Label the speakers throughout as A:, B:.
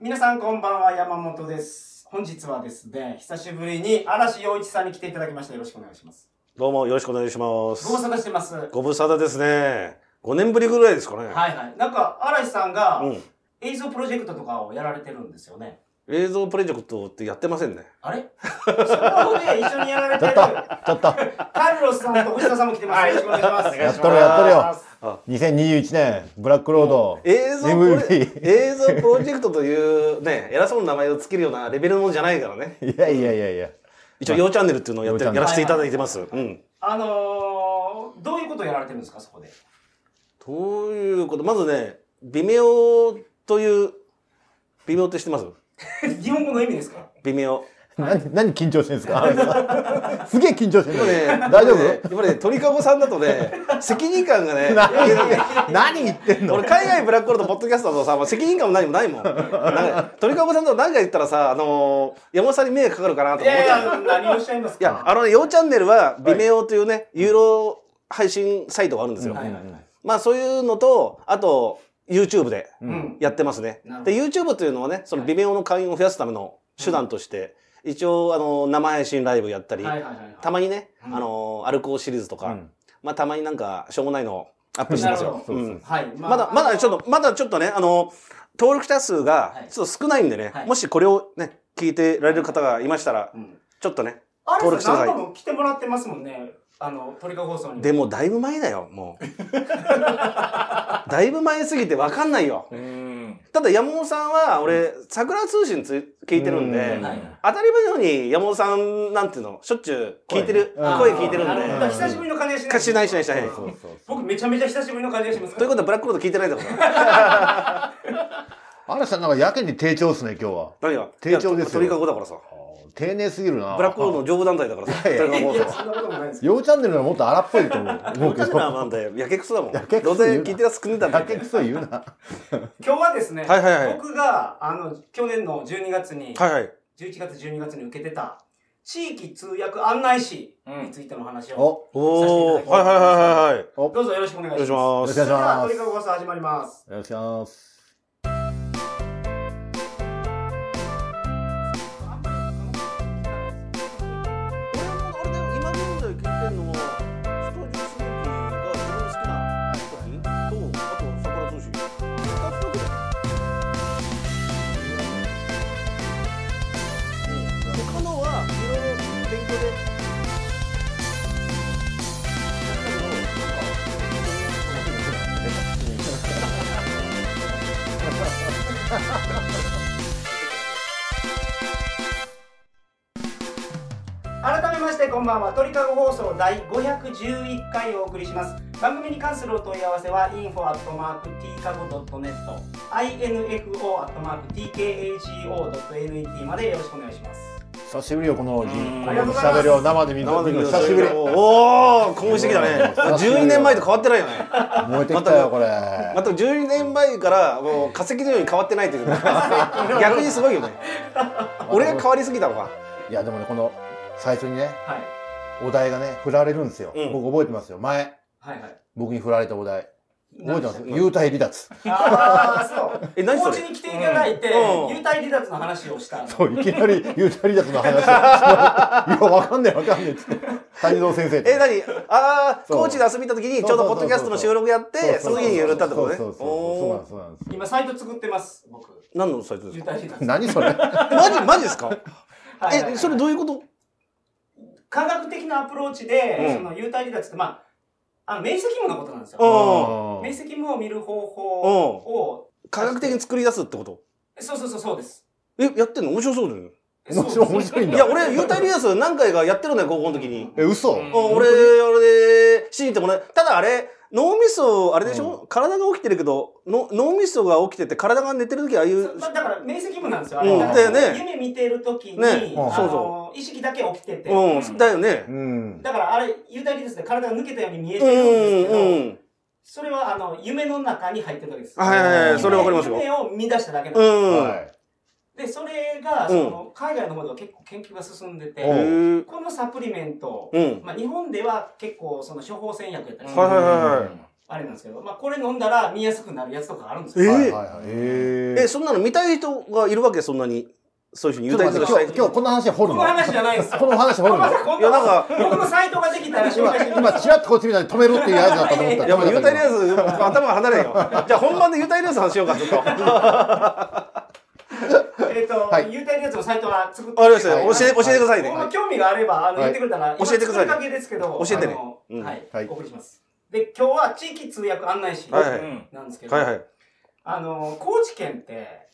A: 皆さんこんばんは、山本です。本日はですね、久しぶりに嵐陽一さんに来ていただきました。よろしくお願いします。
B: どうもよろしくお願いします
A: ご。無沙汰してます。はい
B: ご無沙汰ですね。5年ぶりぐらいですかね。
A: はい。なんか、嵐さんが
B: うん。
A: 映像プロジェクトとかをやられてるんですよね。
B: 映像プロジェクトってやってませんね。
A: あれそこで一緒にやられてる、カ
C: ちょっと、
A: ルロスさんと星田さんも来てます。よろしくお願いします。
C: やっとるやっとるよ。
B: あ
C: 2021年、ブラックロード。
B: 映像プロ
C: MVP
B: 映像プロジェクトというね、偉そうな名前をつけるようなレベルのものじゃないからね。
C: いやいやいやいや。
B: 一応、ようチャンネルっていうのをやって
C: ようチャンネ
B: や
C: ル
B: らせていただいてます。うん。
A: あのー、どういうことをやられてるんですか、そこで。
B: ということ、まずね、微妙という、微妙って知ってます
A: 日本語の意味ですか
B: 微妙。
C: 何、何緊張してんですかすげえ緊張してん
B: で
C: の
B: も
C: に
B: ね、
C: 大丈
B: やっぱりね、鳥かごさんだとね、責任感がね、
C: 夫何言ってんの
B: 俺海外ブラックホールとポッドキャストだとさ、まあ、責任感も何もないもんなんか鳥かごさんと何か言ったらさ、あのー山本さんに迷惑かかるかなと
A: い
B: か思っ
A: や
B: て
A: い
B: い
A: や、何をおっしゃいますか
B: やあのね「ようチャンネル」は微妙というね、ユーロ配信サイトがあるんですよ、
A: はいはいはい
B: まあそういうのとあと YouTube で
A: うん。
B: やってますね、
A: なるほど
B: で YouTube というのはねその微妙の会員を増やすための手段として、一応あの生配信ライブやったり、
A: はいはいはいはい。
B: たまにね、
A: うん
B: あのーアルコールシリーズとか、
C: うん
B: まあたまになんかしょうもないのをアップしてます
A: なる
B: よ、
A: ほ
C: ど
B: うん
A: はい。
B: まだ、まだちょっと、まだちょっとね、あの、登録者数が
A: はい
B: ちょっと少ないんでね、
A: はい
B: もしこれをね、聞いてられる方がいましたら、
A: うん
B: ちょっとね、
A: あれ
B: 登録してく
A: さ
B: だ
A: ん
B: さい
A: 何度も来てもらってますもんね。あの、鳥かご放送に。
B: でもだいぶ前だよ、もう。だいぶ前すぎてわかんないよ。ただ山本さんは、俺、桜通信つ聞いてるんで
C: うん、
A: はい
B: 当たり前のように山本さんなんていうの、しょっちゅう聞いてる、
C: 声ね
B: 声聞いてる
A: あーなほど
B: んで。
A: 久しぶりの感じがしない。
B: しないしないしない
C: そうそうそう
A: 僕めちゃめちゃ久しぶりの感じがします。
B: ということはブラックロード聞いてないんだから。
C: 嵐さんなんかやけに低調っすね、今日は。
B: 何が
C: 丁重ですよ
B: 鳥かごだからさ。
C: 丁寧すぎるな。
B: ブラックロードの上部団体だからさ。
C: いやいや
B: 鳥かご放送
A: とそんなこともないです。
C: ようチャンネルはもっと荒っぽいと思う思うけ
B: 僕ら
C: ど。
B: なんだよ。やけくそだもん。
C: やけくそ
B: どうせ聞いてら少ねえんだもん。
C: やけくそ言うな。
A: 今日はですね、
B: はいはいはい
A: 僕が、あの、去年の12月に、
B: はいはい。
A: 11月12月に受けてた、地域通訳案内士についての話を、
C: お、
B: お
A: させてい
B: ー、
A: ただ
B: はい
A: き
B: い
A: ます
B: はいはいはい。
A: どうぞよろしくお願い
B: お
A: し
B: 願
A: ま
B: い
A: す。
B: します。
C: お願いします
A: それでは、鳥かご放送始まります。
C: お願いします。
A: 改めましてこんばんは鳥かご放送第511回をお送りします番組に関するお問い合わせは info.tkago.net info.tkago.net までよろしくお願いします
C: 久しぶりよ、この、この
B: ん
C: 喋りを生で見る
B: 生で見
C: 見
B: る
C: るの久しぶり。
B: おお、公式だね。12年前と変わってないよね。
C: 燃えてきたよ、これ。
B: また12年前からもう化石のように変わってないというか逆にすごいよね俺が変わりすぎたのか
C: いやでもねこの最初にね
A: はい
C: お題がね振られるんですよ、
B: うん
C: 僕覚えてますよ前
A: はいはい
C: 僕に振られたお題覚えてま
A: 何でし
C: す
A: たっけ
C: 幽体離脱
A: ああそう
B: え何そ
A: お
B: れ
A: 家に来ていただいて
B: うん
A: 幽体離脱の話をしたの
C: そういきなり幽体離脱の話を いやわかんねえわかんねえっつって谷蔵先生と
B: え何ああ
C: そう
B: 高知で遊びに行った時にちょうどポッドキャストの収録やってその時にやったってことね
C: そうそう
B: おー
C: そうそうそうなんですそうなんで
A: 今サイト作ってます僕
B: 何のサイトです
A: 幽
B: か
A: 体離脱
C: す何それ
B: マジマジですか
A: はいはいはい
B: えそれどういうこと
A: 科学的なアプローチで、
B: うん
A: その幽体離脱ってまああの明晰夢のことなんですよ明
C: う
A: 晰夢を見る方法を、
B: 科学的に作り出すってこと
A: そうそうそうそうです。
B: えやってんの面白そうだよね
A: え
C: 面白い
A: そうです
C: 面白いん
B: い
C: だ
B: や俺幽体離脱何回かやってるんだよ高校の時
A: う
B: に
A: ん
C: え嘘、
B: あ俺、あれ、信じてもらえ、ただあれ、脳みそ、あれでしょ、体が起きてるけど、の脳みそが起きてて、体が寝てる時ああいう、
A: そうまあ、だから明晰夢なんですよ。あ
B: うん
A: れだから
B: だよね
A: 夢見てる時に、
B: ね
A: あの
B: そう
A: 意識だけ起きてて、
B: うん、だよね。
C: うん、
A: だからあれ、幽体離脱で体が抜けたように見え
B: う
A: てるんですけど、
B: ん、うん。
A: それはあの夢の中に入ってるわけです。
B: はいはいはい、それわかりますよ。
A: 夢を見出しただけなん
B: う
A: です。
B: ん。
C: は
B: へ
C: い
A: で、それが、その海外の方では結構研究が進んでて、
C: うん
B: ー
A: このサプリメント、
B: うん。
A: まあ、日本では結構その処方箋薬やったりする
B: はいはいはいはい。
A: あれなんですけど、まあ、これ飲んだら見やすくなるやつとかあるんです
B: え
A: よ。
C: はいはいはい。え
B: えそんなの見たい人がいるわけそんなにそういうふうに
C: ちょ
B: 言
C: っ
B: う
C: と
B: た
C: 待
B: りとかしたい
C: って今日、今日こんな話掘る
A: こ
C: の
A: の話じゃないですよ。
C: この話掘るの
A: まさ かこん
B: いやなんか
A: 僕のサイトができたら紹
C: 今
A: 介して、みま
C: 今、
A: す。
C: チラッとこっち見たら止めるっていうやつだったと思った
B: いやもう
C: 止
B: 言
C: め
B: うた
C: た
B: り
C: け
B: のやつ頭が離れんよじゃあ本番で言うたりのやつ話しようかちょっとわ
A: えっと、
C: はい
A: 言うたりやつのサイトは作って。
B: かりました
C: はい
B: 教え教えてくださいね
A: 僕も興味があれば、あの、
C: はい
A: 言ってくれたら、
B: 教えてください
A: 今作りかけですけど、
B: 教えてね
A: あの
B: うん
A: はい
C: はい、
A: お送りします。で、今日は地域通訳案内士
B: はいは
A: なんですけど
B: はい、はい
A: あの、高知県って、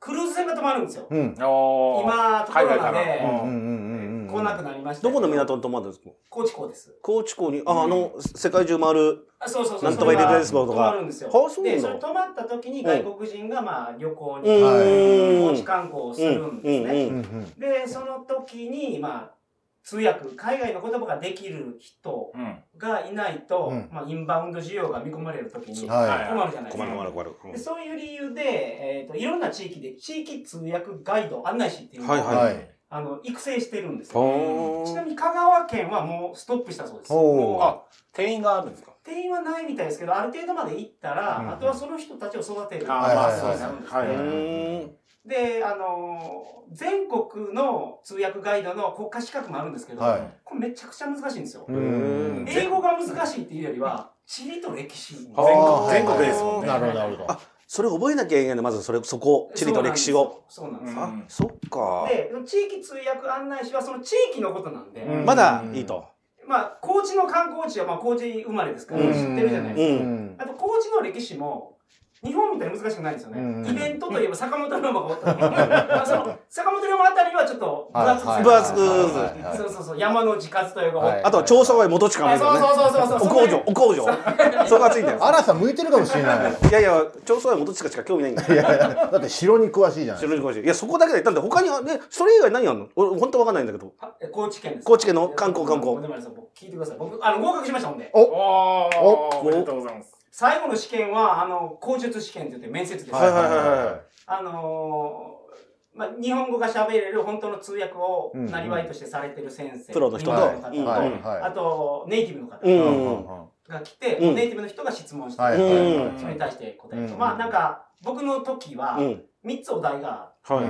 A: クルーズ船が止まるんですよ。
C: うん。
D: お
A: 今、コ
D: ー
A: ロナ
D: 海外
A: で
D: か
C: うんうんうんうん。
A: 来なくなりましたけ。
B: どこの港に泊まるんですか
A: 高知港です。
B: 高知港にああの世界中回る
A: あそうそうそう。
B: なんとか入れてです
A: そ
B: か
A: れが
B: と
A: 止ま
B: か
A: るんですよ。
B: あそうなんだ
A: で、それ止まった時に外国人がまあ旅行
B: う
A: に、
B: ー
A: 高知
B: ん
A: 観光をす
B: う
A: るん
B: ん
A: で
B: う
A: す
B: ん
A: ね。
C: うん
B: う
C: うんん。
A: で、その時に、まあ、通訳、海外の言葉ができる人
D: うん
A: がいないと、
C: うん
A: まあ、インバウンド需要が見込まれる時に困
C: は
A: るじゃないです
B: 困
A: か。
B: る困る困る
A: でそういう理由で、えっといろんな地域で地域通訳ガイド案内士っていうのを、
B: はい
C: い。
B: は
C: はい。
A: あの育成してるんですよ。
B: ほー
A: ちなみに香川県はもうストップしたそうです。
C: おー
A: もう
D: あ店員があるんですか
A: 定員はないみたいですけどある程度まで行ったら、
C: うん
A: あとはその人たちを育てる
D: あ
C: ーまあ
A: そうになるんですね、
D: はいはいうはい
B: ーん
A: であのー全国の通訳ガイドの国家資格もあるんですけど、
C: はい
A: これめちゃくちゃ難しいんですよ、
C: うん
D: ん
A: 英語が難しいっていうよりは地理と歴史
D: あ
C: ー
D: 全国全国ですもんね
C: なるほど、なるほど。
B: それ覚えなきゃいけないねまずそれそこ地理と歴史を
A: そうなんですよ
D: う
B: あ
D: ん
B: そっか
A: で地域通訳案内士はその地域のことなんで、
C: うん
B: まだいいと
A: まあ高知の観光地はまあ高知生まれですから知ってるじゃないですか、
C: うん
A: あと高知の歴史も日本みたいに難しくないんですよね、
C: うん
A: イベントといえば坂本龍馬がおったのまあその坂本龍馬あたりはちょっと分厚く
C: はい
B: 分厚く
C: はいはい
A: そうそうそう山の自活というか、
C: はい
B: あとは調査は元近もい
A: あ
B: る
A: そう
B: よね
A: そうそうそう
B: お
A: そう
B: 工場お工場そこがついてる
C: 嵐さん向いてるかもしれない。
B: いやいや調査は元近しか興味ないんだよ
C: いやいやだって城に詳しいじゃない
B: 白いかもしれないいやそこだけでだって他にはねそれ以外何あんの俺本当わかんないんだけど
A: あえ高知県です
B: 高知県の観光観光
A: ごめんなさい僕聞いてください僕あの合格しましたもんで
D: おー
C: お
D: おめでとうございます
A: 最後の試験はあの口述試験って言って面接です、
B: はいはいはいはい
A: あのーまあ、日本語が喋れる本当の通訳をなりわいとしてされてる先生、
B: プロの人
A: 日
B: と
A: 本語の方
B: うん
C: はい
B: うん
A: あ
C: は
A: とネイティブの方、
B: う
C: い。
B: ん
A: が来て、
B: うん
A: ネイティブの人が質問して、
C: はいはいはい
A: それに対して答えると、
C: うん
A: まあなんか僕の時は
B: うん
A: 3つお題が、
B: はいはい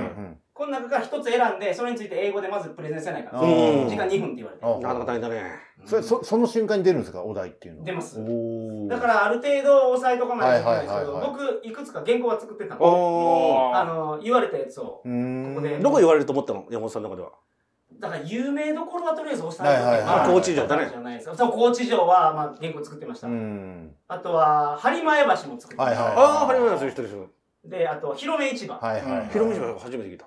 A: この中から1つ選んでそれについて英語でまずプレゼンせないから、
B: うん
A: 時間2分って言われて、
B: なかなか大変だね
C: それそその瞬間に出るんですかお題っていうのは
A: 出ます
C: おー
A: だからある程度押さえとかないといけないんですけど、
C: はいはいは
A: 僕いくつか原稿は作ってたんで
B: おー
A: あの言われたやつを
C: うーん
A: ここで
B: どこ言われると思ったの山本さんの中では
A: だから有名どころはとりあえず押さえと
C: はい
A: け
C: はい
A: ば、
C: はいあ
B: 高知城だね
A: じゃないですかそう高知城はまあ原稿作ってました、
C: うん
A: あとは播磨屋橋も作ってました、
C: はい
B: ああー張本さんそういう人でしょ
A: であと広め市場、
C: はいはいはい
B: 広島初めて聞いた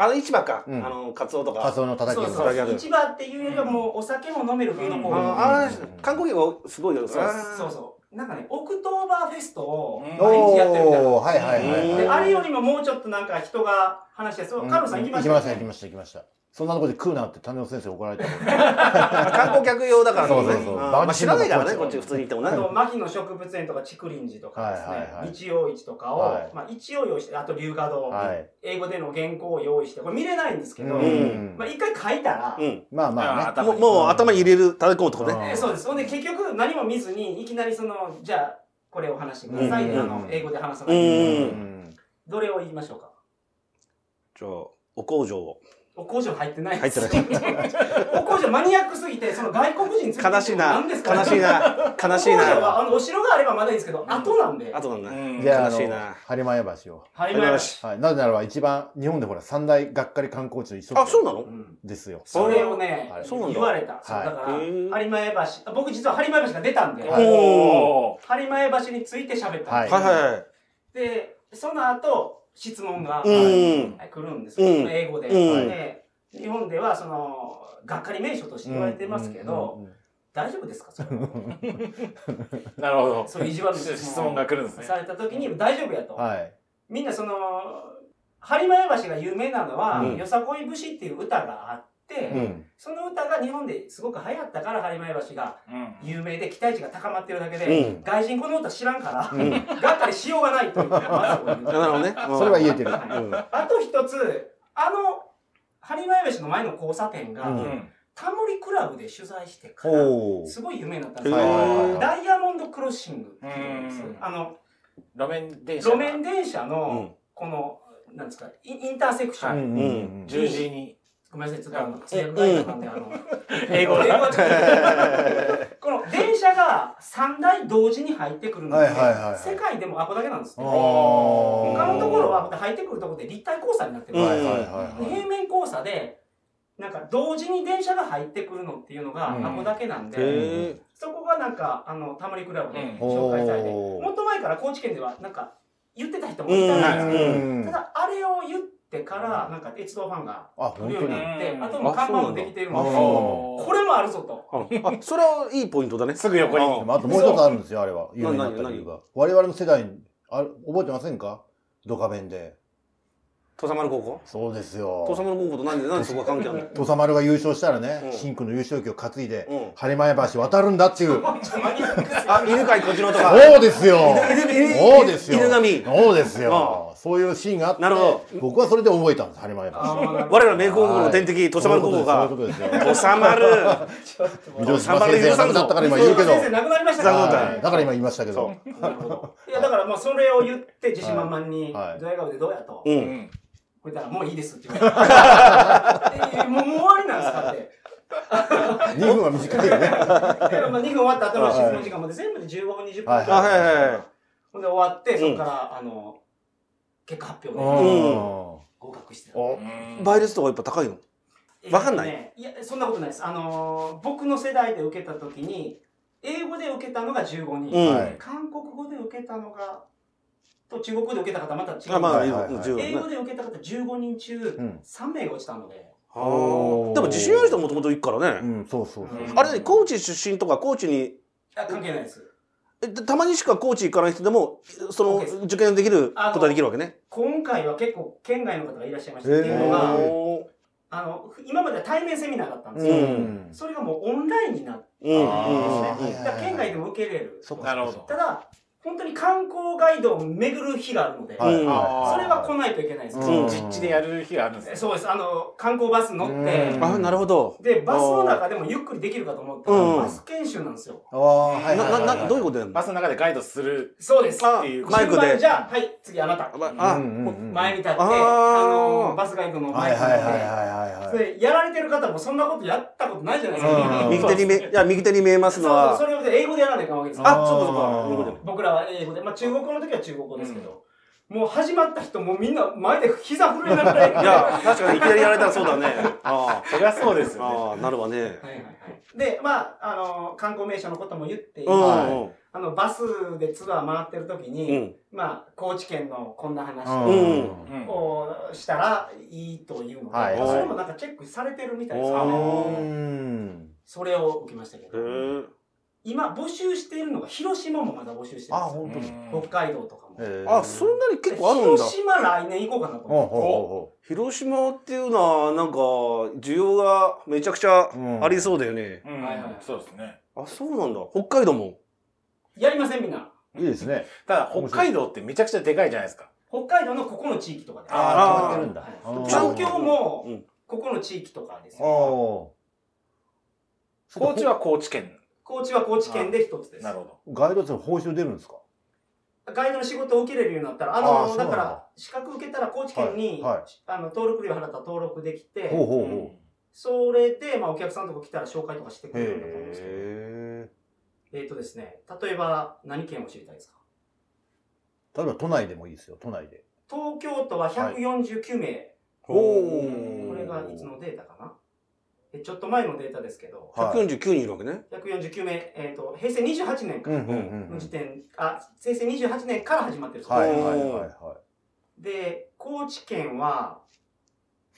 B: あの市場かあ
C: うん
B: のカツオとか
C: カツオのたたき
A: そう
B: 叩
A: そ
B: き上
A: う
B: げ
A: 市場っていうよりはもうお酒も飲めるフードコート、
D: うん
B: あーあー、観光客がすごいよ。
A: そう
B: あー
A: そうそうなんかねオクトーバーフェストを
D: うん
A: 毎日やってるみたいな、
C: おーはいはいはいはい
A: であれよりももうちょっとなんか人が話してそうカルロさん行きました
C: 行きました行きました行きましたそんなとこで食うなって谷本先生怒られたもん ね
B: あ観光客用だからね。
C: そうそうそう
B: あーまあ知らないからね、こっち普通に行ってもね
A: あ。と牧野植物園とか竹林寺とかですね、
C: はいはいはい
A: 日曜市とかを、
C: はい
A: まあ、一応用意してあと龍河堂、
C: はい
A: 英語での原稿を用意してこれ見れないんですけど、
C: うん
A: まあ、一回書いたら、
B: うん。
C: まあまあね
D: 頭
B: もう
D: に
B: もう頭に入れる、叩き込むとこね。
A: えそうですほんで結局何も見ずにいきなりそのじゃあこれを話してください、
B: うん
A: あの英語で話さないうといけない、
B: ん
C: うん
A: どれを言いましょうか
B: じゃあ、お工場を。
A: お工場入ってない
B: 入ってない
A: いお工場マニアックすぎてその外国人連れてきて
B: 悲しいな。
A: 何
B: 悲
A: で
B: し
A: すか
B: いな。悲しい
A: お工場
B: な。
A: はあのお城があればまだいいんですけど、後なんで
B: あとなんだ。
D: うん
C: じゃああ
B: 悲しいな
C: の播磨屋橋を
A: 入り
B: ありがとうござい
A: ま
B: ますす
C: はいなぜならば一番日本でほら三大がっかり観光地の一つ
B: あ、そうなの
C: ですよ
A: それをね
C: はい、
B: そうなんだ
A: 言われた。そう
C: はい
A: だか
B: へー
A: ら、播磨屋橋、僕実は播磨屋橋が出たんで、
C: はい
D: お
A: 播磨屋橋について喋ったんです
B: はいはいは
A: で、その後、質問が
B: い。うん。
A: はい来るんですよ、
B: うん
A: 英語で。
B: うん
A: で日本では、その、がっかり名所として言われてますけど、大丈夫ですか それは
D: ーなるほど
A: そういう意地悪な質問
D: 質問が来るんですね
A: された時に、大丈夫やと。
C: はい
A: みんなその、播磨屋橋が有名なのは、
B: うん
A: よさこい節っていう歌があって、
C: うん
A: その歌が日本ですごく流行ったから、播磨屋橋が
D: うん
A: 有名で期待値が高まってるだけで、
B: うん
A: 外人この歌知らんから、
C: うん
A: がっかりしようがないというまずは
B: なるほどね。うん
C: それは言えてる
A: はい
B: うん
A: あと一つあの播磨屋橋の前の交差点が、
C: う
D: うんん
A: タモリクラブで取材してから
C: おー
A: すごい有名になったん
B: へ
A: です
C: はい
A: よ
C: はいはい
A: ダイヤモンドクロッシングっていうんです
D: うん
A: あの
D: 路面電車
A: 路面電車
B: うん
A: のこの、なんですかインインターセクション、
D: は
C: う
D: い
C: んうんうん
D: 十字に
A: ごめんなさいちょっとあの通訳ガイドなんであの
D: 英語で
A: 英語はちょっとこの電車が3台同時に入ってくるので、
C: はいはいはいはい
A: 世界でもあこだけなんです
C: あ
A: ね
C: ー
D: お
A: 他のところはまた入ってくるところで立体交差になってる、
B: うん
C: はいはいはいはい
A: 平面交差でなんか同時に電車が入ってくるのっていうのが
D: うん
A: あこだけなんで、
B: へえ
A: そこがなんかあのタモリクラブで
D: うん
A: 紹介されて、
C: おー
A: もっと前から高知県ではなんか言ってた人もいたんですけど、
C: うん
A: ただあれを言ってからなんか鉄道ファンが
C: あ
A: 来
C: 本
A: るよ
C: 当
A: うに
C: に
A: なって、
D: うん
A: あともう看板もできているの
C: あ
A: で
C: そう
A: これもあるぞと。
B: ああそれはいいポイントだね
D: すぐ横に
B: あ
C: まあ、あともう一つあるんですよ、あれは。有名になった理由が。我々の世代に、あれ覚えてませんかドカベンで。
B: 土佐丸高校
C: そうです
B: 土佐
C: よ。
B: 丸高校となんでなんでそこが関係あるの
C: 土佐丸が優勝したら
B: う
C: ね
B: ん、
C: シンクの優勝旗を担いで、
B: うん
C: 晴れ前橋渡るんだっていう。
B: あ犬飼こっちのとか
C: そうですよ。
B: 犬犬
C: そうですよ。
B: 犬神
C: そうですよ。そういうシーンがあって、
B: なるほ
C: 僕はそれで覚えたんです、晴れ前橋。
B: 我ら名高校の天敵土佐丸高校
C: そ
B: が
C: ういうことですよ。
B: 土佐丸
C: 緑島先生が亡くなったから今言うけど。
A: 先生亡くなりましたか
B: 残念
A: ら
C: はいだから今言いましたけど。
A: いやだからまあそれを言って自信満々にド
C: はいはい
A: ヤ顔でどうやと
B: う
D: うんん
A: これたらもういいですって言われてえもうもう終わりなんですかって
C: 2分は短いよね。
A: だからまあ2分終わった後の質問時間まで全部で15分20分
C: はい
B: あはいはいはい
A: ほんで終わってそこからあの結果発
C: う
A: 表で
C: ん
A: 合格してた
C: お
B: 倍率とかやっぱ高いのわかんない
A: えっとねいやそんなことないですあのー僕の世代で受けた時に英語で受けたのが15
B: う
A: 人
B: ん
C: はい
A: 韓国語で受けたのがと中国語で受けた方また違
B: あ
A: う
B: まあ
C: はいはいはい
B: 十分
A: 英
B: ね
A: 語で受けた方15人中
C: うん
A: 3名が落ちたので
B: あーでも自信ある人はもともと行くから
C: う
B: ね
C: ん、そうそうそう。
B: あれね高知出身とか高知に
A: あ関係ないです
B: えたまにしか高知行かない人でもその
A: OK です
B: 受験できることはできるわけね
A: 今回は結構県外の方がいらっしゃいました
C: へー
A: っていうのが、あの今までは対面セミナーだったんです
C: う
A: よ、
C: ん。
A: それがもうオンラインになって
B: うんうん
A: で
D: あ
A: すね、だから県外でも受けれる
C: そっか
D: なるほど
A: ただ本当に観光ガイドを巡る日があるので、
C: はい
B: うん
A: それは来
C: の
A: ないといけないです、
B: うん
D: 実地でやる日があるんですね
A: そうですあの観光バス乗って、
C: うん
B: あなるほど
A: でバスの中でもゆっくりできるかと思ったら、
B: うん
A: バス研修なんですよ
C: ああ、
B: な
C: は
B: い
C: はいはいはい。
B: ななどういうことやるの
D: バスの中でガイドする
A: そうです
B: あ
D: っていう
B: マイク
A: 順番に
B: で
A: じゃあはい次あなた、
B: あ
C: うんうんうん
A: 前に立って
B: あ
A: あ
B: ー
A: のバスガイドの
C: は
A: 前
C: い
A: に
C: は
A: 立っ
C: い
A: て、
C: はいはいはい。
A: でやられてる方もそんなことやったことないじゃないですか、
C: うん
B: 右手に見えいや右手に見えますの
A: そう
B: は
A: それを英語でやらないかんわけですよ
B: あそうかそうか
C: あー
B: そういうことね
A: 僕らは英語で、まあ、中国語の時は中国語ですけど、もう始まった人もうみんな前で膝震えながらやって
B: いや確かにいきなりやられたらそうだねあ
D: そりゃそうです
B: ー
D: よね
B: あーなるわね
A: はいはいはいでまああの観光名所のことも言って、
B: うん
C: は
A: あのバスでツアー回ってる時
B: う
A: に、
B: ん
A: まあ高知県のこんな
C: う
A: 話
C: ん
D: うん
A: をしたらいいというので、
C: はい
A: それもなんかチェックされてるみたいですよ
B: お
A: ね
B: ー
C: うん。
A: それを受けましたけ
B: へ
A: ど、
B: え
A: 今募集しているのが広島もまだ募集して
C: あ、
A: るん
C: 本当に。
A: ですよ北海道とかも、
C: へー
B: あそんなに結構あるんだ
A: 広島来年行こうかなと
C: ほう
A: 思って
C: ほ
B: 広島っていうのはなんか需要がめちゃくちゃありそうだよね、
D: うん
A: はいはい
D: そうですね
B: あそうなんだ北海道も
A: やりませんみんな
C: うほう。いいですね。
D: ただ北海道ってめちゃくちゃでかいじゃないですか
A: 北海道のここの地域とかで
B: あー決まって
C: るんだ
A: はい
C: あ
A: 東
C: ー
A: 京も
B: うん
A: ここの地域とかですよ
C: おー
D: 高知は高知県
A: 高知は高知県で一つです
D: なるほ
C: ガイドって報酬出るんですか
A: ガイドの仕事を受けれるようになったらあ
C: あー
A: の
C: そうな
A: だ
C: んだ
A: から資格受けたら高知県に、
C: はいはい
A: あの登録料払ったら登録できて
C: ほうほ
D: ど
C: うほ
A: それで、まあ、お客さんとか来たら紹介とかしてく
C: う。
A: れるんだと思うんですけど
C: へ
A: えっ、とですね例えば何県を知りたいですか
C: ー。例えば都内でもいいですよ、都内で。
A: 東京都は149名、
B: お
A: これ
B: ー
A: がいつのデータかなえちょっと前のデータですけど、
C: はい
B: 149人いるわけね
A: 149名、えー、と平成28年か
C: うんうんう
A: の時
C: ん。
A: 点、あ平成28年から始まってるそう
C: は
A: で
C: い
A: す、
C: はいはいは
A: で高知県は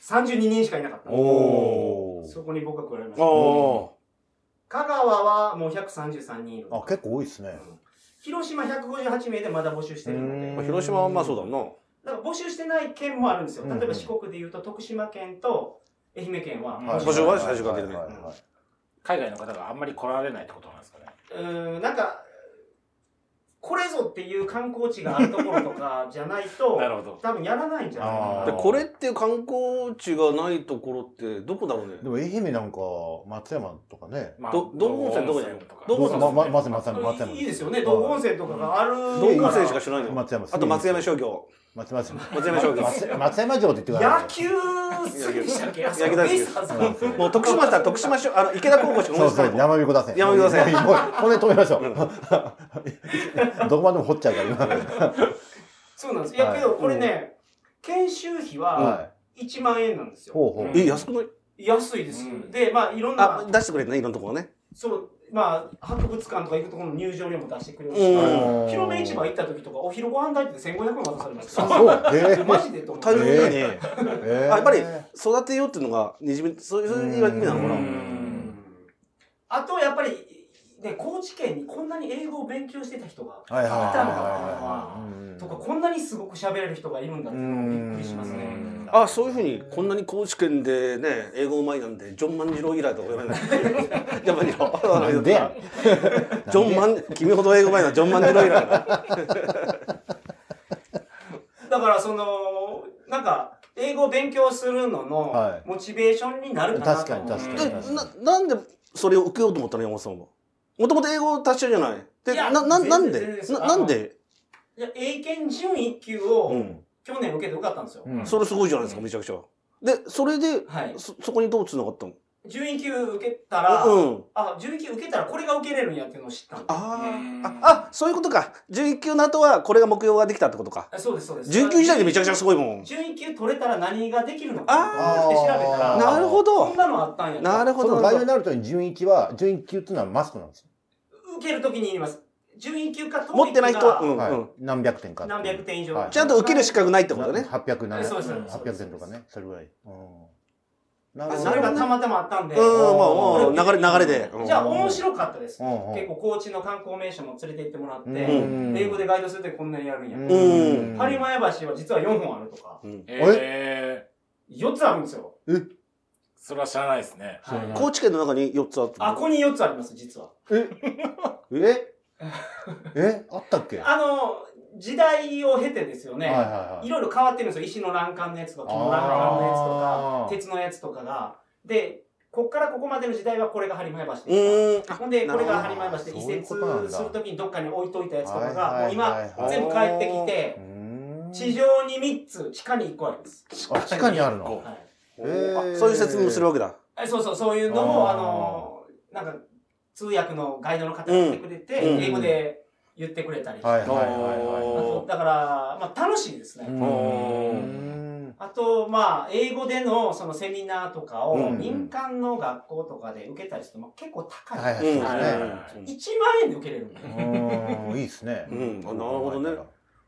A: 32人しかいなかっ
C: い。
A: た
C: おー。
A: そこに僕が加わりまし
B: あ
A: た
B: ー
A: 香川はもう133人いる
C: あ、結構多いです
A: う
C: ね。
A: ん広島158名でまだ募集してるので
C: う
B: ま
C: ん
B: あ広島はまあそうだな
A: だから募集してない県もあるんですよ
C: うん
A: 例えば四国でいうと徳島県と愛媛県は
D: はい
B: 募集は最初から出てね
C: はいはいはい
D: 海外の方があんまり来られないってことなんですかね
A: うーんなんかこれぞっていう観光地があるところとかじゃないと
D: なるほど。
A: 多分やらないんじゃない
C: あ
B: で
A: か
C: ー
B: これっていう観光地がないところってどこだろうね
C: でも愛媛なんか松山とかね
D: ま
B: ど道後温泉どこじゃない
D: 道
B: 道
D: 後
B: 後
D: 温
B: 温泉
D: 泉と
C: まま
D: か
C: まさにまさに
A: な
C: 松山
A: いいいですよね道後温泉とかがある
B: 道
A: 道
B: 後温泉しか知らないの
C: 松山
B: あと松山商業
C: 松山松
B: 松山商業
C: 松松山城って言ってください
A: 野球好きでしたっけ野
B: 野球大好きですもう徳島だったら徳島商あの池田高校しか思
C: そ
B: いうつか
C: そ
B: ないも
C: うん山彦打線
B: 山彦打線
C: もうこれ止めましょう どこまでも掘っちゃうから
A: そうなんですいやけどこれね研修費
C: 今は
A: はい1万円なんですよ
C: ほうほう
B: え安くない
A: 安いです
D: うん
A: でまあいろん
B: あ
A: な
B: 出してくれるねいろんなところね
A: そうまあ博物館とか行くところの入場料も出してくれるし
B: うん
A: 広め市場行った時とかお昼ご飯代って1500円渡されました
C: そうえ
A: マジでと思って
B: 大量に
C: え
B: ね
C: ー
B: あやっぱり育てようっていうのがにじみそういうそういう意味なのか
D: う
B: なん
A: あとやっぱり、ね、高知県にこんなに英語を勉強してた人が
C: はいはいはい
A: いたのかな
C: うん
A: とかこんなにすごく喋れる人がいるんだっていうのもびっくりしますね。
B: あそういうふうにこんなに高知県でね英語うまいなんてジョン万次郎以来とか言われない ジョン万次郎
C: なんでや
B: ジョン万君ほど英語うまいのはジョン万次郎以来だ
A: だからそのなんか英語を勉強するのの
C: はい
A: モチベーションになるかなと思う、
C: 確かに確かに
B: えななんでそれを受けようと思ったの山本さんはもともと英語達者じゃないで
A: いや
B: なな
A: 全然
B: なん
A: 全然
B: で
A: です
B: ななんで、
A: いや英検準1級
B: う
A: を
B: ん、
A: 去年受けて受かったんですよ、
C: うん
B: それすごいじゃないですかめちゃくちゃでそれで
A: はい
B: そそこにどうつながったの
A: 準1級受けたら、
B: うん
A: あ準1級受けたらこれが受けれるんやっていうのを知ったんで
B: あ
D: うん
B: ーああそういうことか11級の後はこれが目標ができたってことか
A: あそうですそうです
B: 19時代でめちゃくちゃすごいもん
A: 準1級取れたら何ができるの
C: あ
A: か
C: ー
A: って調べたら
B: なるほ
A: こ
B: ど
A: んなのあったんや
B: なるほ
C: そ
B: ど
C: の
B: なるほ
C: 概要に
B: ど
C: なるとに準一級は準一級っていうのはマストなんですよ
A: 受けるときに言います準1級か TOEIC が
B: 持ってない人は、うん
C: はい
B: うん、
C: 何百点か
A: 何百点以上、
C: はい
B: ちゃんと受ける資格ないってこと
C: な
B: だね
C: 800何
A: えそう
C: 百
A: です
D: うん
A: そう
C: 800
A: です
C: 点とかねそれぐらいうんな
A: あ
C: るほ
A: そ
C: ど
A: れがたまたまあったんで、
B: うんまあ
A: これ
B: まあ流れ流れで、うん
A: じゃあ面白かったです、
C: うんうん
A: 結構高知の観光名所も連れて行ってもらって、
C: うん
A: 英語でガイドするときこんなにやるんや、
C: う
B: うん
C: ん
A: 播磨屋橋は実は4本あるとか
B: うん
D: ええ
A: 4つあるんですよ、
D: それは知らないですね。
A: はい
C: うん
B: 高知県の中に4つあって
A: あここに4つあります実は
C: ええあったっけ
A: あの時代を経てですよね、
C: はいはいい
A: ろいろ変わってるんですよ。石の欄干のやつとか、木の欄干のやつとか
C: あ、ー
A: 鉄のやつとかが。で、こっからここまでの時代はこれが張前橋
B: う
A: で
B: ーん
A: した。ほんで、
B: なる
A: こ
B: ほ
A: れ
B: ど
A: が張前橋で移
C: そういうことなんだ
A: 設するときにどっかに置いといたやつとか
C: はい
A: が、もう
C: はいはいはい
A: 今、全部帰ってきて、
C: はい
A: 地上に3つ、地下に1個あります。
C: あ地下にあるの
A: はい
B: あ
C: へー
B: そういう説明もするわけだ
A: えそうそう、そういうのも、
C: あ
A: あ
C: ー
A: の、なんか、通訳のガイドの方が来てくれて、
B: うん
A: 英語で言ってくれたりして。
C: はい
A: あ
C: はいは
A: とだから、まあ、楽しいですね。
C: いはいうん
A: あと、まあ、英語でのそのセミナーとかを
B: うん
A: 民間の学校とかで受けたりすると、まあ、結構高い。
C: はいはいそう
B: うん
C: ですね
A: 1万円で受けれるんだよ
C: うんいいですね
B: うんあなるほどね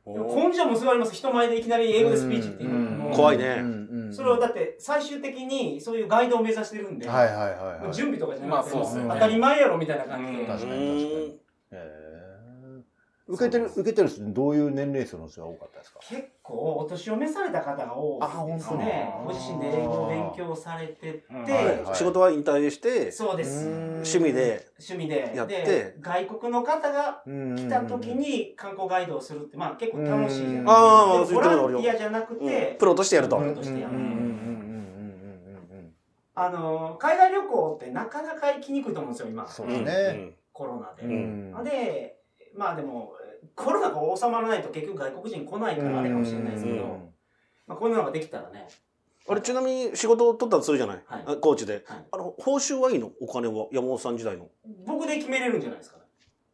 A: でも根性もすごいあります。人前でいきなり英語でスピーチっていうのも。
B: うん怖いね
A: それをだ
C: っ
A: って最終的にそういうガイドを目指してるんで、
C: はいはいはい
A: も
C: は
A: う
C: い
A: 準備とかじゃなくて、
D: まあ
A: も
D: そうです
A: う
D: よね
A: 当たり前やろみたいな感じで。
D: うん
C: 確かに確かにへー受けてる
D: そう
C: 受けてる人どういう年齢層の人が多かったですか
A: 結構お年を召された方が多いですね
D: あ。
A: ご
D: 本当に
A: 自身で英語を勉強されてて、
D: うん
C: はいはい
B: 仕事は引退して
A: そうです。
B: 趣味で
A: 趣味で
B: やって
A: で外国の方が来
C: 来
A: た時に観光ガイドをするって、まあ結構楽しいじゃないです
C: うん
A: か。
B: ああ
A: で
B: ま
A: も
B: あそうい
A: ボ
B: うとこ
A: ラ
B: ろある
A: ン
B: よ
A: ティアじゃなくて、
B: プロとしてやると
A: うんとしてやるあのー、海外旅行ってなかなか行きにくいと思うんですよ、今。
C: そう
B: う
C: で
B: ん
C: すね。
A: コロナで。
B: ん
A: で、まあでも、コロナが収まらないと結局外国人来ないからあれかもしれないですけど、
B: うん
A: まあこんなのができたらね。
B: あれちなみに仕事を取ったとするじゃない、
A: はい
B: あコーチで、
A: はい
B: あの報酬はいいのお金は山本さん時代の
A: 僕で決めれるんじゃないですかね。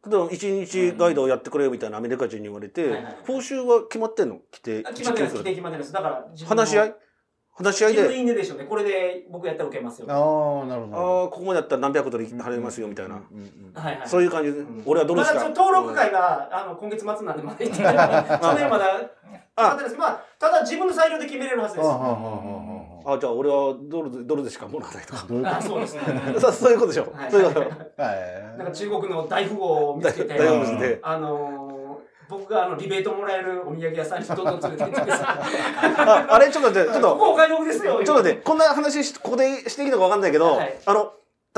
B: 例えば一日ガイドをやってくれよみたいなアメリカ人に言われて、
A: はいはいはい
B: 報酬は決まってんの規定
A: あ決まってないです、規
B: 時給
A: 定
B: いく
A: 決まってないです。だから自
B: ら
A: 分の、
B: 話し合い話し合い
A: 自分の
B: で
A: いいねでしょうね。これで僕やったら受けますよ。
C: あ
A: は
C: あ、なる
B: ああ
C: ほ
B: ここまでやったら何百ドル
C: ど。
B: 払いますよみたいな、。
A: いはい。
B: そういう感じで、
A: うん
B: 俺はドル
A: ま
B: しか、
A: だちょっと登録会が、あの今月末なんでまだ 行ってないのでその辺まだ決まってないですけどまあただ自分の裁量で決めれるはずですあ
B: うんあじゃあ俺はドルでドルでしかもらわないとか
C: どういうこ
A: そうですね
B: そうそういうことでしょ、
A: はい
B: そういうこと
C: と
A: なんか中国の大富豪を見つけて
B: 大学生で
A: あのー僕があのリベートもらえるお土産屋さんにどんどん連れて行ってください
B: ああ れちょっと待ってちょっ
A: ことこお買い得ですよ
B: ちょっと待ってこんな話しここでしていいのかわかんないけど、
A: はい
B: あの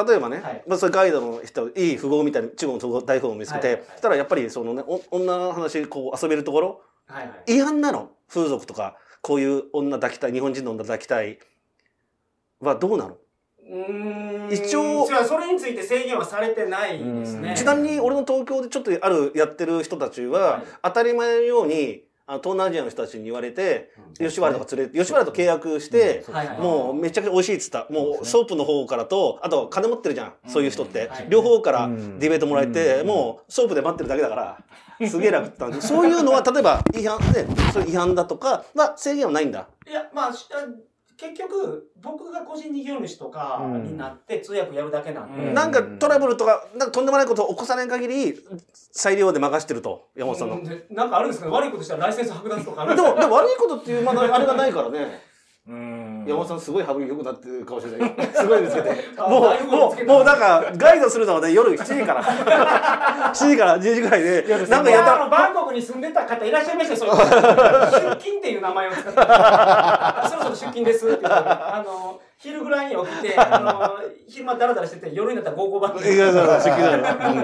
B: 例えばね、
A: はい
B: まあ、それガイドの人いい富豪みたいな中国の富豪大富豪を見つけて、
A: はいはいはい
B: そしたらやっぱりその、ね、お女の話こう遊べるところ
A: はいはい
B: 違反なの風俗とかこういう女抱きたい日本人の女抱きたいはどうな
A: う
B: の、
A: ーん
B: 一応
A: じゃあそれについて制限はされてないです
C: う
A: ね
C: ん
B: ちなみに俺の東京でちょっとあるやってる人たちは、
A: はい
B: 当たり前のようにあの東南アジアの人たちに言われて、
C: うん
B: 吉原とか連れて吉原と契約して、
A: はいはい
B: もうめちゃくちゃ美味しいっつった
C: そう
B: も
C: です
B: う
C: ね
B: ソープの方からとあと金持ってるじゃん、
D: うん
B: そういう人って、
A: はい
B: 両方から
C: う
B: デ
C: ん
B: ィベートもらえて、
C: うん
B: もうソープで待ってるだけだからすげえ楽だったんでそういうのは例えば違反でそういう違反だとかは制限はないんだ
A: いやまあしあ結局僕が個人事業主とか
C: うん
A: になって通訳やるだけなんで、
D: うん
B: なんかトラブルとか、なんかとんでもないことを起こさない限り、裁量で任してると、山本さんの。
A: う
B: で
A: んでなんかあるんですかね悪いことしたらライセンス剥奪とかある
B: も、
A: ん
B: で
A: ですか
B: も悪いことっていう、まだあれがないからね。
D: うん。
B: 山本さん、すごい歯良くなってる顔してたけど、すごいですけど。
A: あ
B: も
A: だいぶ
B: う、も
A: つけ
B: う、
A: た
B: もうなんか、ガイドするのはね、夜7時から。7時から10時ぐら いで、なんか
A: い
B: や
A: や
B: た
A: あのバンコクに住んでた方いらっしゃいましたよ、そういう方出勤っていう名前を 使って、そろそろ出勤ですって言ってあの昼ぐらいに起きて、あの昼間だらだらしてて、夜になったら午後番組。
B: いや、そうそう出勤だようん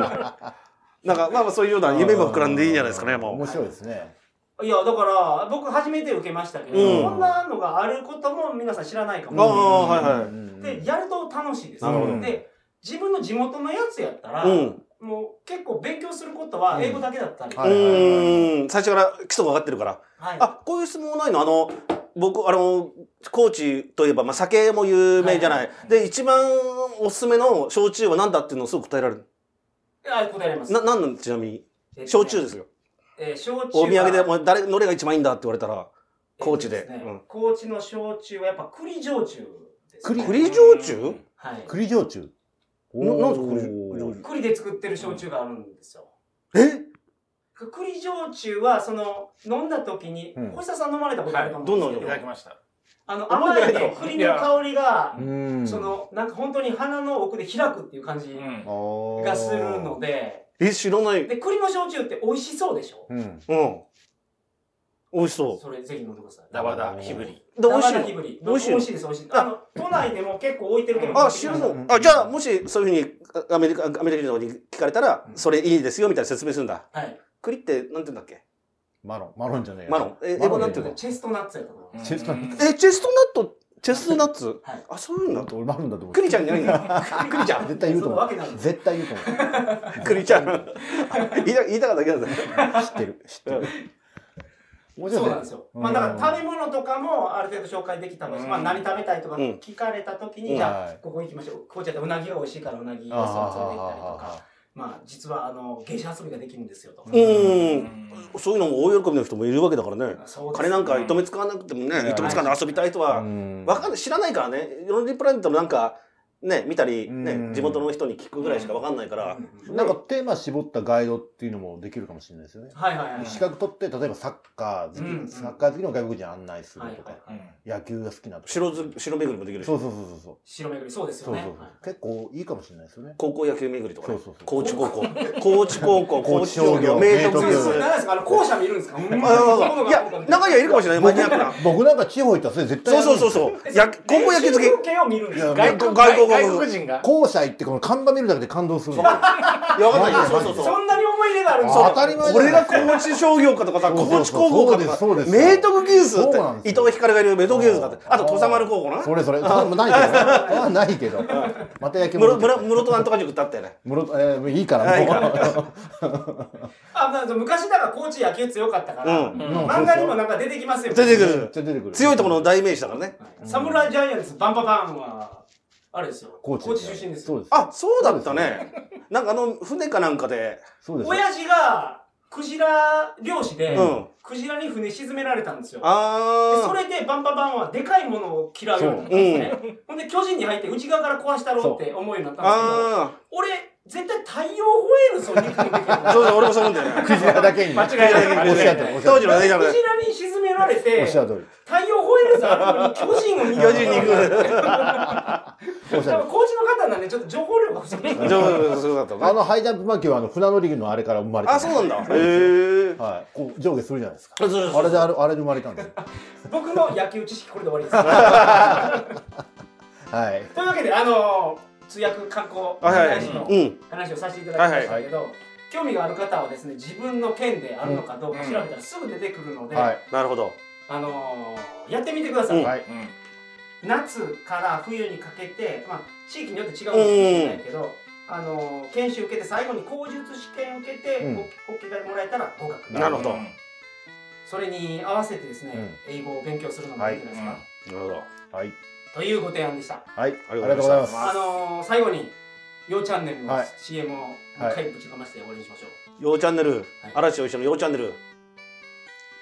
B: なんか、まあまあ、そういうような夢も膨らんでいいんじゃないですかね、も
C: 面
B: う。
C: 白いですね。
A: いやだから僕初めて受けましたけど、
B: うん
A: こんなのがあることも皆さん知らないか
B: あ
A: も、
B: あ、はいは
C: うん
A: でやると楽しいです
B: なる
D: ほど
A: で自分の地元のやつやったら、
B: い。うん。
A: もう結構勉強することは英語だけだったり、
C: うん
B: う
C: はい
B: ーん。最初から基礎が上がってるから。
A: はい
B: あこういう質問ないのあの僕あの高知といえば、まあ、酒も有名じゃない、で一番おすすめの焼酎は何だっていうのをすぐ答えられる
A: あ答えられます
B: な何なんちなみに
A: えっとね
B: 焼酎ですよ
A: えー焼酎は
B: お土産でもう誰どれが一番いいんだって言われたら高知
A: えっ
B: で
A: とすね
B: うん
A: 高知の焼酎はやっぱ栗焼酎ですね、
B: 栗焼酎
A: はい、
C: 栗焼酎。
B: ななんすか
C: おー
B: 栗焼酎
A: 栗で作ってる焼酎があるんですよ
B: え
A: 栗焼酎はその飲んだ時に、
C: うん
A: 星田さん飲まれたことあると思うんです
D: い
A: け
D: た
A: ど、
D: だきました。
A: あの
B: 飲ん
A: 甘
B: でない
A: ね
B: いだろ
A: 栗の香りが、
C: うん
A: そのなんか本当に鼻の奥で開くっていう感じ
D: うん。
A: が
C: が
A: するの。で、
B: え知らない
A: で栗の焼酎って美味しそうでしょ、
C: うん。
B: うん美味しそ
A: それぜひ飲んでください。
D: ダバダ、ヒブリ。
B: うで美味しい
A: 生
B: の
A: 火ぶり
B: 美味しい
A: 美
B: の
A: 味しいです美味しいですあの都内でも結構置いてるところ
B: あ知らない
C: うん
B: あじゃあもしそういうふうにあアメリカアメリカ人の方に聞かれたら、
A: うん
B: それいいですよみたいな説明するんだ
A: はい
B: 栗ってなんて言うんだっけ
C: マロン。マロンじゃねえよ
B: マロンえ英語なんて言うの
A: チェストナッツやと思います
C: チェストナッ
B: え、チェストナット、チェストナッ ツ、
A: はい
B: あ、そういうんだと。
C: 俺マロンだと思う。
B: クリちゃんじゃないん だ。クリちゃん。
C: 絶対言うと
A: そん
C: 思
A: なわ
C: う。
A: けないです
C: 絶対言うと思
B: クリち ゃん。言いた言いたかっただけなんだ。
C: う。知ってる。知ってる。面
A: そ
C: 白
A: うな
C: い
A: ん
C: ね
A: ですよ、
C: うん
A: まあ、だから食べ物とかもある程度紹介できたので、
D: うん
A: まあ、何食べたいとか
B: うん
A: 聞かれた時に、
B: うん
A: じゃ
C: は
A: あ
C: い
A: ここ行きましょうこうちゃってうなぎが美味しいからうなぎレスト
C: あ
A: ラン連れて行ったりと
C: あ
A: かまあ実はあの芸者遊びができるんですよとか、
B: う。
D: うんん
B: そういうのも大喜びの人もいるわけだからね。
A: そうです
B: 金なんか糸目使わなくてもね、糸目使わない遊びたい人は、わかんない、知らないからね。ロンリープラネットもなんか、ね、見たり、
C: う
B: ね、
C: ん
B: 地元の人に聞くぐらいしかわかんないから
A: う。んうん
C: なんかテーマ絞ったガイドっていうのもできるかもしれないですよね。
A: はいはいはい
C: 資格取って、例えばサッカー好き、
A: うん
C: サッカー好きの外国人案内する
A: はい
C: と
A: はい
C: か、
A: はい
C: 野球が好きなとか。
B: 白ず、白巡りもできるし
C: そ。うそうそうそうそう。
A: 白巡りそうです
C: そ
A: よ
C: う
A: ね
C: そうそう
A: はい
C: 結構いいかもしれないですよね。
B: 高校野球巡りとかね
C: そうそうそう。
B: 高知高校。高知高校、
C: 高
B: 高
C: 知
B: 知
C: 商
B: 商
C: 業
B: 業、明徳
C: 明徳
A: それ何ですかあの校舎見るんですか、
B: あそうそういや、中にはいるかもしれない、マニアックな。
C: 僕なんか地方行ったらそれ絶対
B: そうそうそう
C: う。
B: そう。や高校野球好き。
A: 系を見るんですか
C: いや
D: 外国
B: 外国
D: 外国人が。
C: 校舎行ってこの看板見るだけで感動するんですよ。
B: いや、わかんない
C: マジで
B: そうそうそう。
A: そんなに思い入れがあるんです
C: 当
A: か
C: たり前
B: これ
C: じゃ
B: が
C: ない
B: 高知商業かとかさ、
C: そうそうそう
B: 高知高校かとか
C: そうですそうです
B: 明徳義塾
C: そうなん
B: っ
C: で
B: て、伊
C: すよ
B: 藤光がいる明徳義塾だって、あと土佐丸高校な。
C: それそれ。それ もないけどね。あないけど。また野球
B: 室
C: も。
B: 村室戸なんとか塾ってあったよね。
C: 室戸えーもういいから。
B: はいいい か
C: も
A: あまあ昔だから高知野球強かったか
B: う
A: ら、
B: ん。
C: うもう
A: 漫画にもなんか出てきますよ
B: 出てく
C: めっ
B: る。
C: ちゃ出てくる。
B: 強いところの代名詞だからね。
A: サムライジャイアンツバンババンはあれですよ
C: 高知ですね
A: 出身です
C: そう
A: よ
C: です。
B: あ、そうだったね。 なんかあの、船かなんかで、
C: そうです。
A: 親父がクジラ漁師で、
B: うん
A: クジラに船沈められたんですよでそ
B: あ
A: れでバンババンはでかいものを嫌うようになったんですね、ほんで巨人に入って内側から壊したろうって思うようになった
B: ー。
A: んですけど
B: あ
A: 俺絶対太陽ホエールソンに行くべきだ
B: あ。そうそう、俺もそう思うんだよね。
C: クジラだけに。
D: 間違いない
C: おっしゃってるおっしゃ
B: 当
C: って
B: 時
C: る
B: のね、多
A: ク
B: 分
A: ジ。ラに沈められて
C: おっしゃる通
A: 太陽ホエールさんのとこに巨人を
B: 巨人に行く。
C: り。おっしゃ
A: 多分。
C: る
A: コーチの方なんでちょっと情報量が不足です
B: そうそうそうだった
C: あ
B: ね。
C: のハイジャンプ魔球はあの船乗りのあれから生まれた。
B: あ、そうなんだ。 へえ。
C: はい。こう上下するじゃないですか。
B: そうそう
C: あれであれあれで生まれたんです。
A: 僕の野球知識これで終わりです
C: はい。
A: というわけであのー通訳観光
B: はい
A: 大使の
B: うん。
A: 話をさせていただきましたけど、興味がある方はですね自分の県であるのかどうか調べたらすぐ出てくるので、
C: はい。
B: なるほど。
A: あのーやってみてください、
B: うん
C: はい。
A: 夏から冬にかけて、まあ、地域によって違うかもしれないけど、あのー研修受けて最後に口述試験受けて、
C: うん
A: ごご機嫌もらえたら合格
B: なるほど
A: それに合わせてですね、英語を勉強するのもいいんじゃないですか、
B: なるほど。
C: はい。
A: というご提案でした
C: はい。
B: あり
C: あ
B: が
C: りが
B: とうご
C: とうご
B: ざ
C: ざ
B: い
C: い
B: ま
C: ますす。
A: あのー最後に「ようチャンネル」の
C: はい
A: CM をもう一回ぶちかまして終わりにしましょう、
B: ようチャンネル
A: はい、
B: 嵐を一緒のようチャンネル、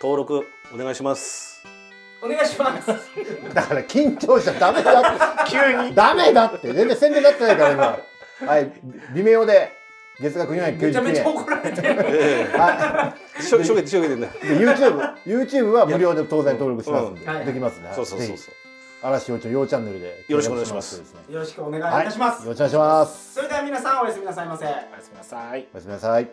B: 登録お願いします。
A: お願いします
C: だから緊張しちゃダメだって。急に。ダメだって。全然宣伝になってないから今。はい。微妙で月額
A: めちゃ
C: 499
A: めちゃ
C: 円。
A: 怒られてる
B: え
C: は
B: え、しょ、しょげて、しょげてんだよ。
C: い。で YouTube YouTube は無料で当然登録しますんで、
A: うんうん
C: できますね。
B: そうそうそうそう。
C: ぜひ嵐幼鳥幼チャンネルで
B: よろしくお願いします
C: ですね
A: よろしくお願いい
C: はい。
A: たします、
C: よろしくお願いします。
A: それでは皆さんおやすみなさいませ
D: おやすみなさい
C: おやすみなさい。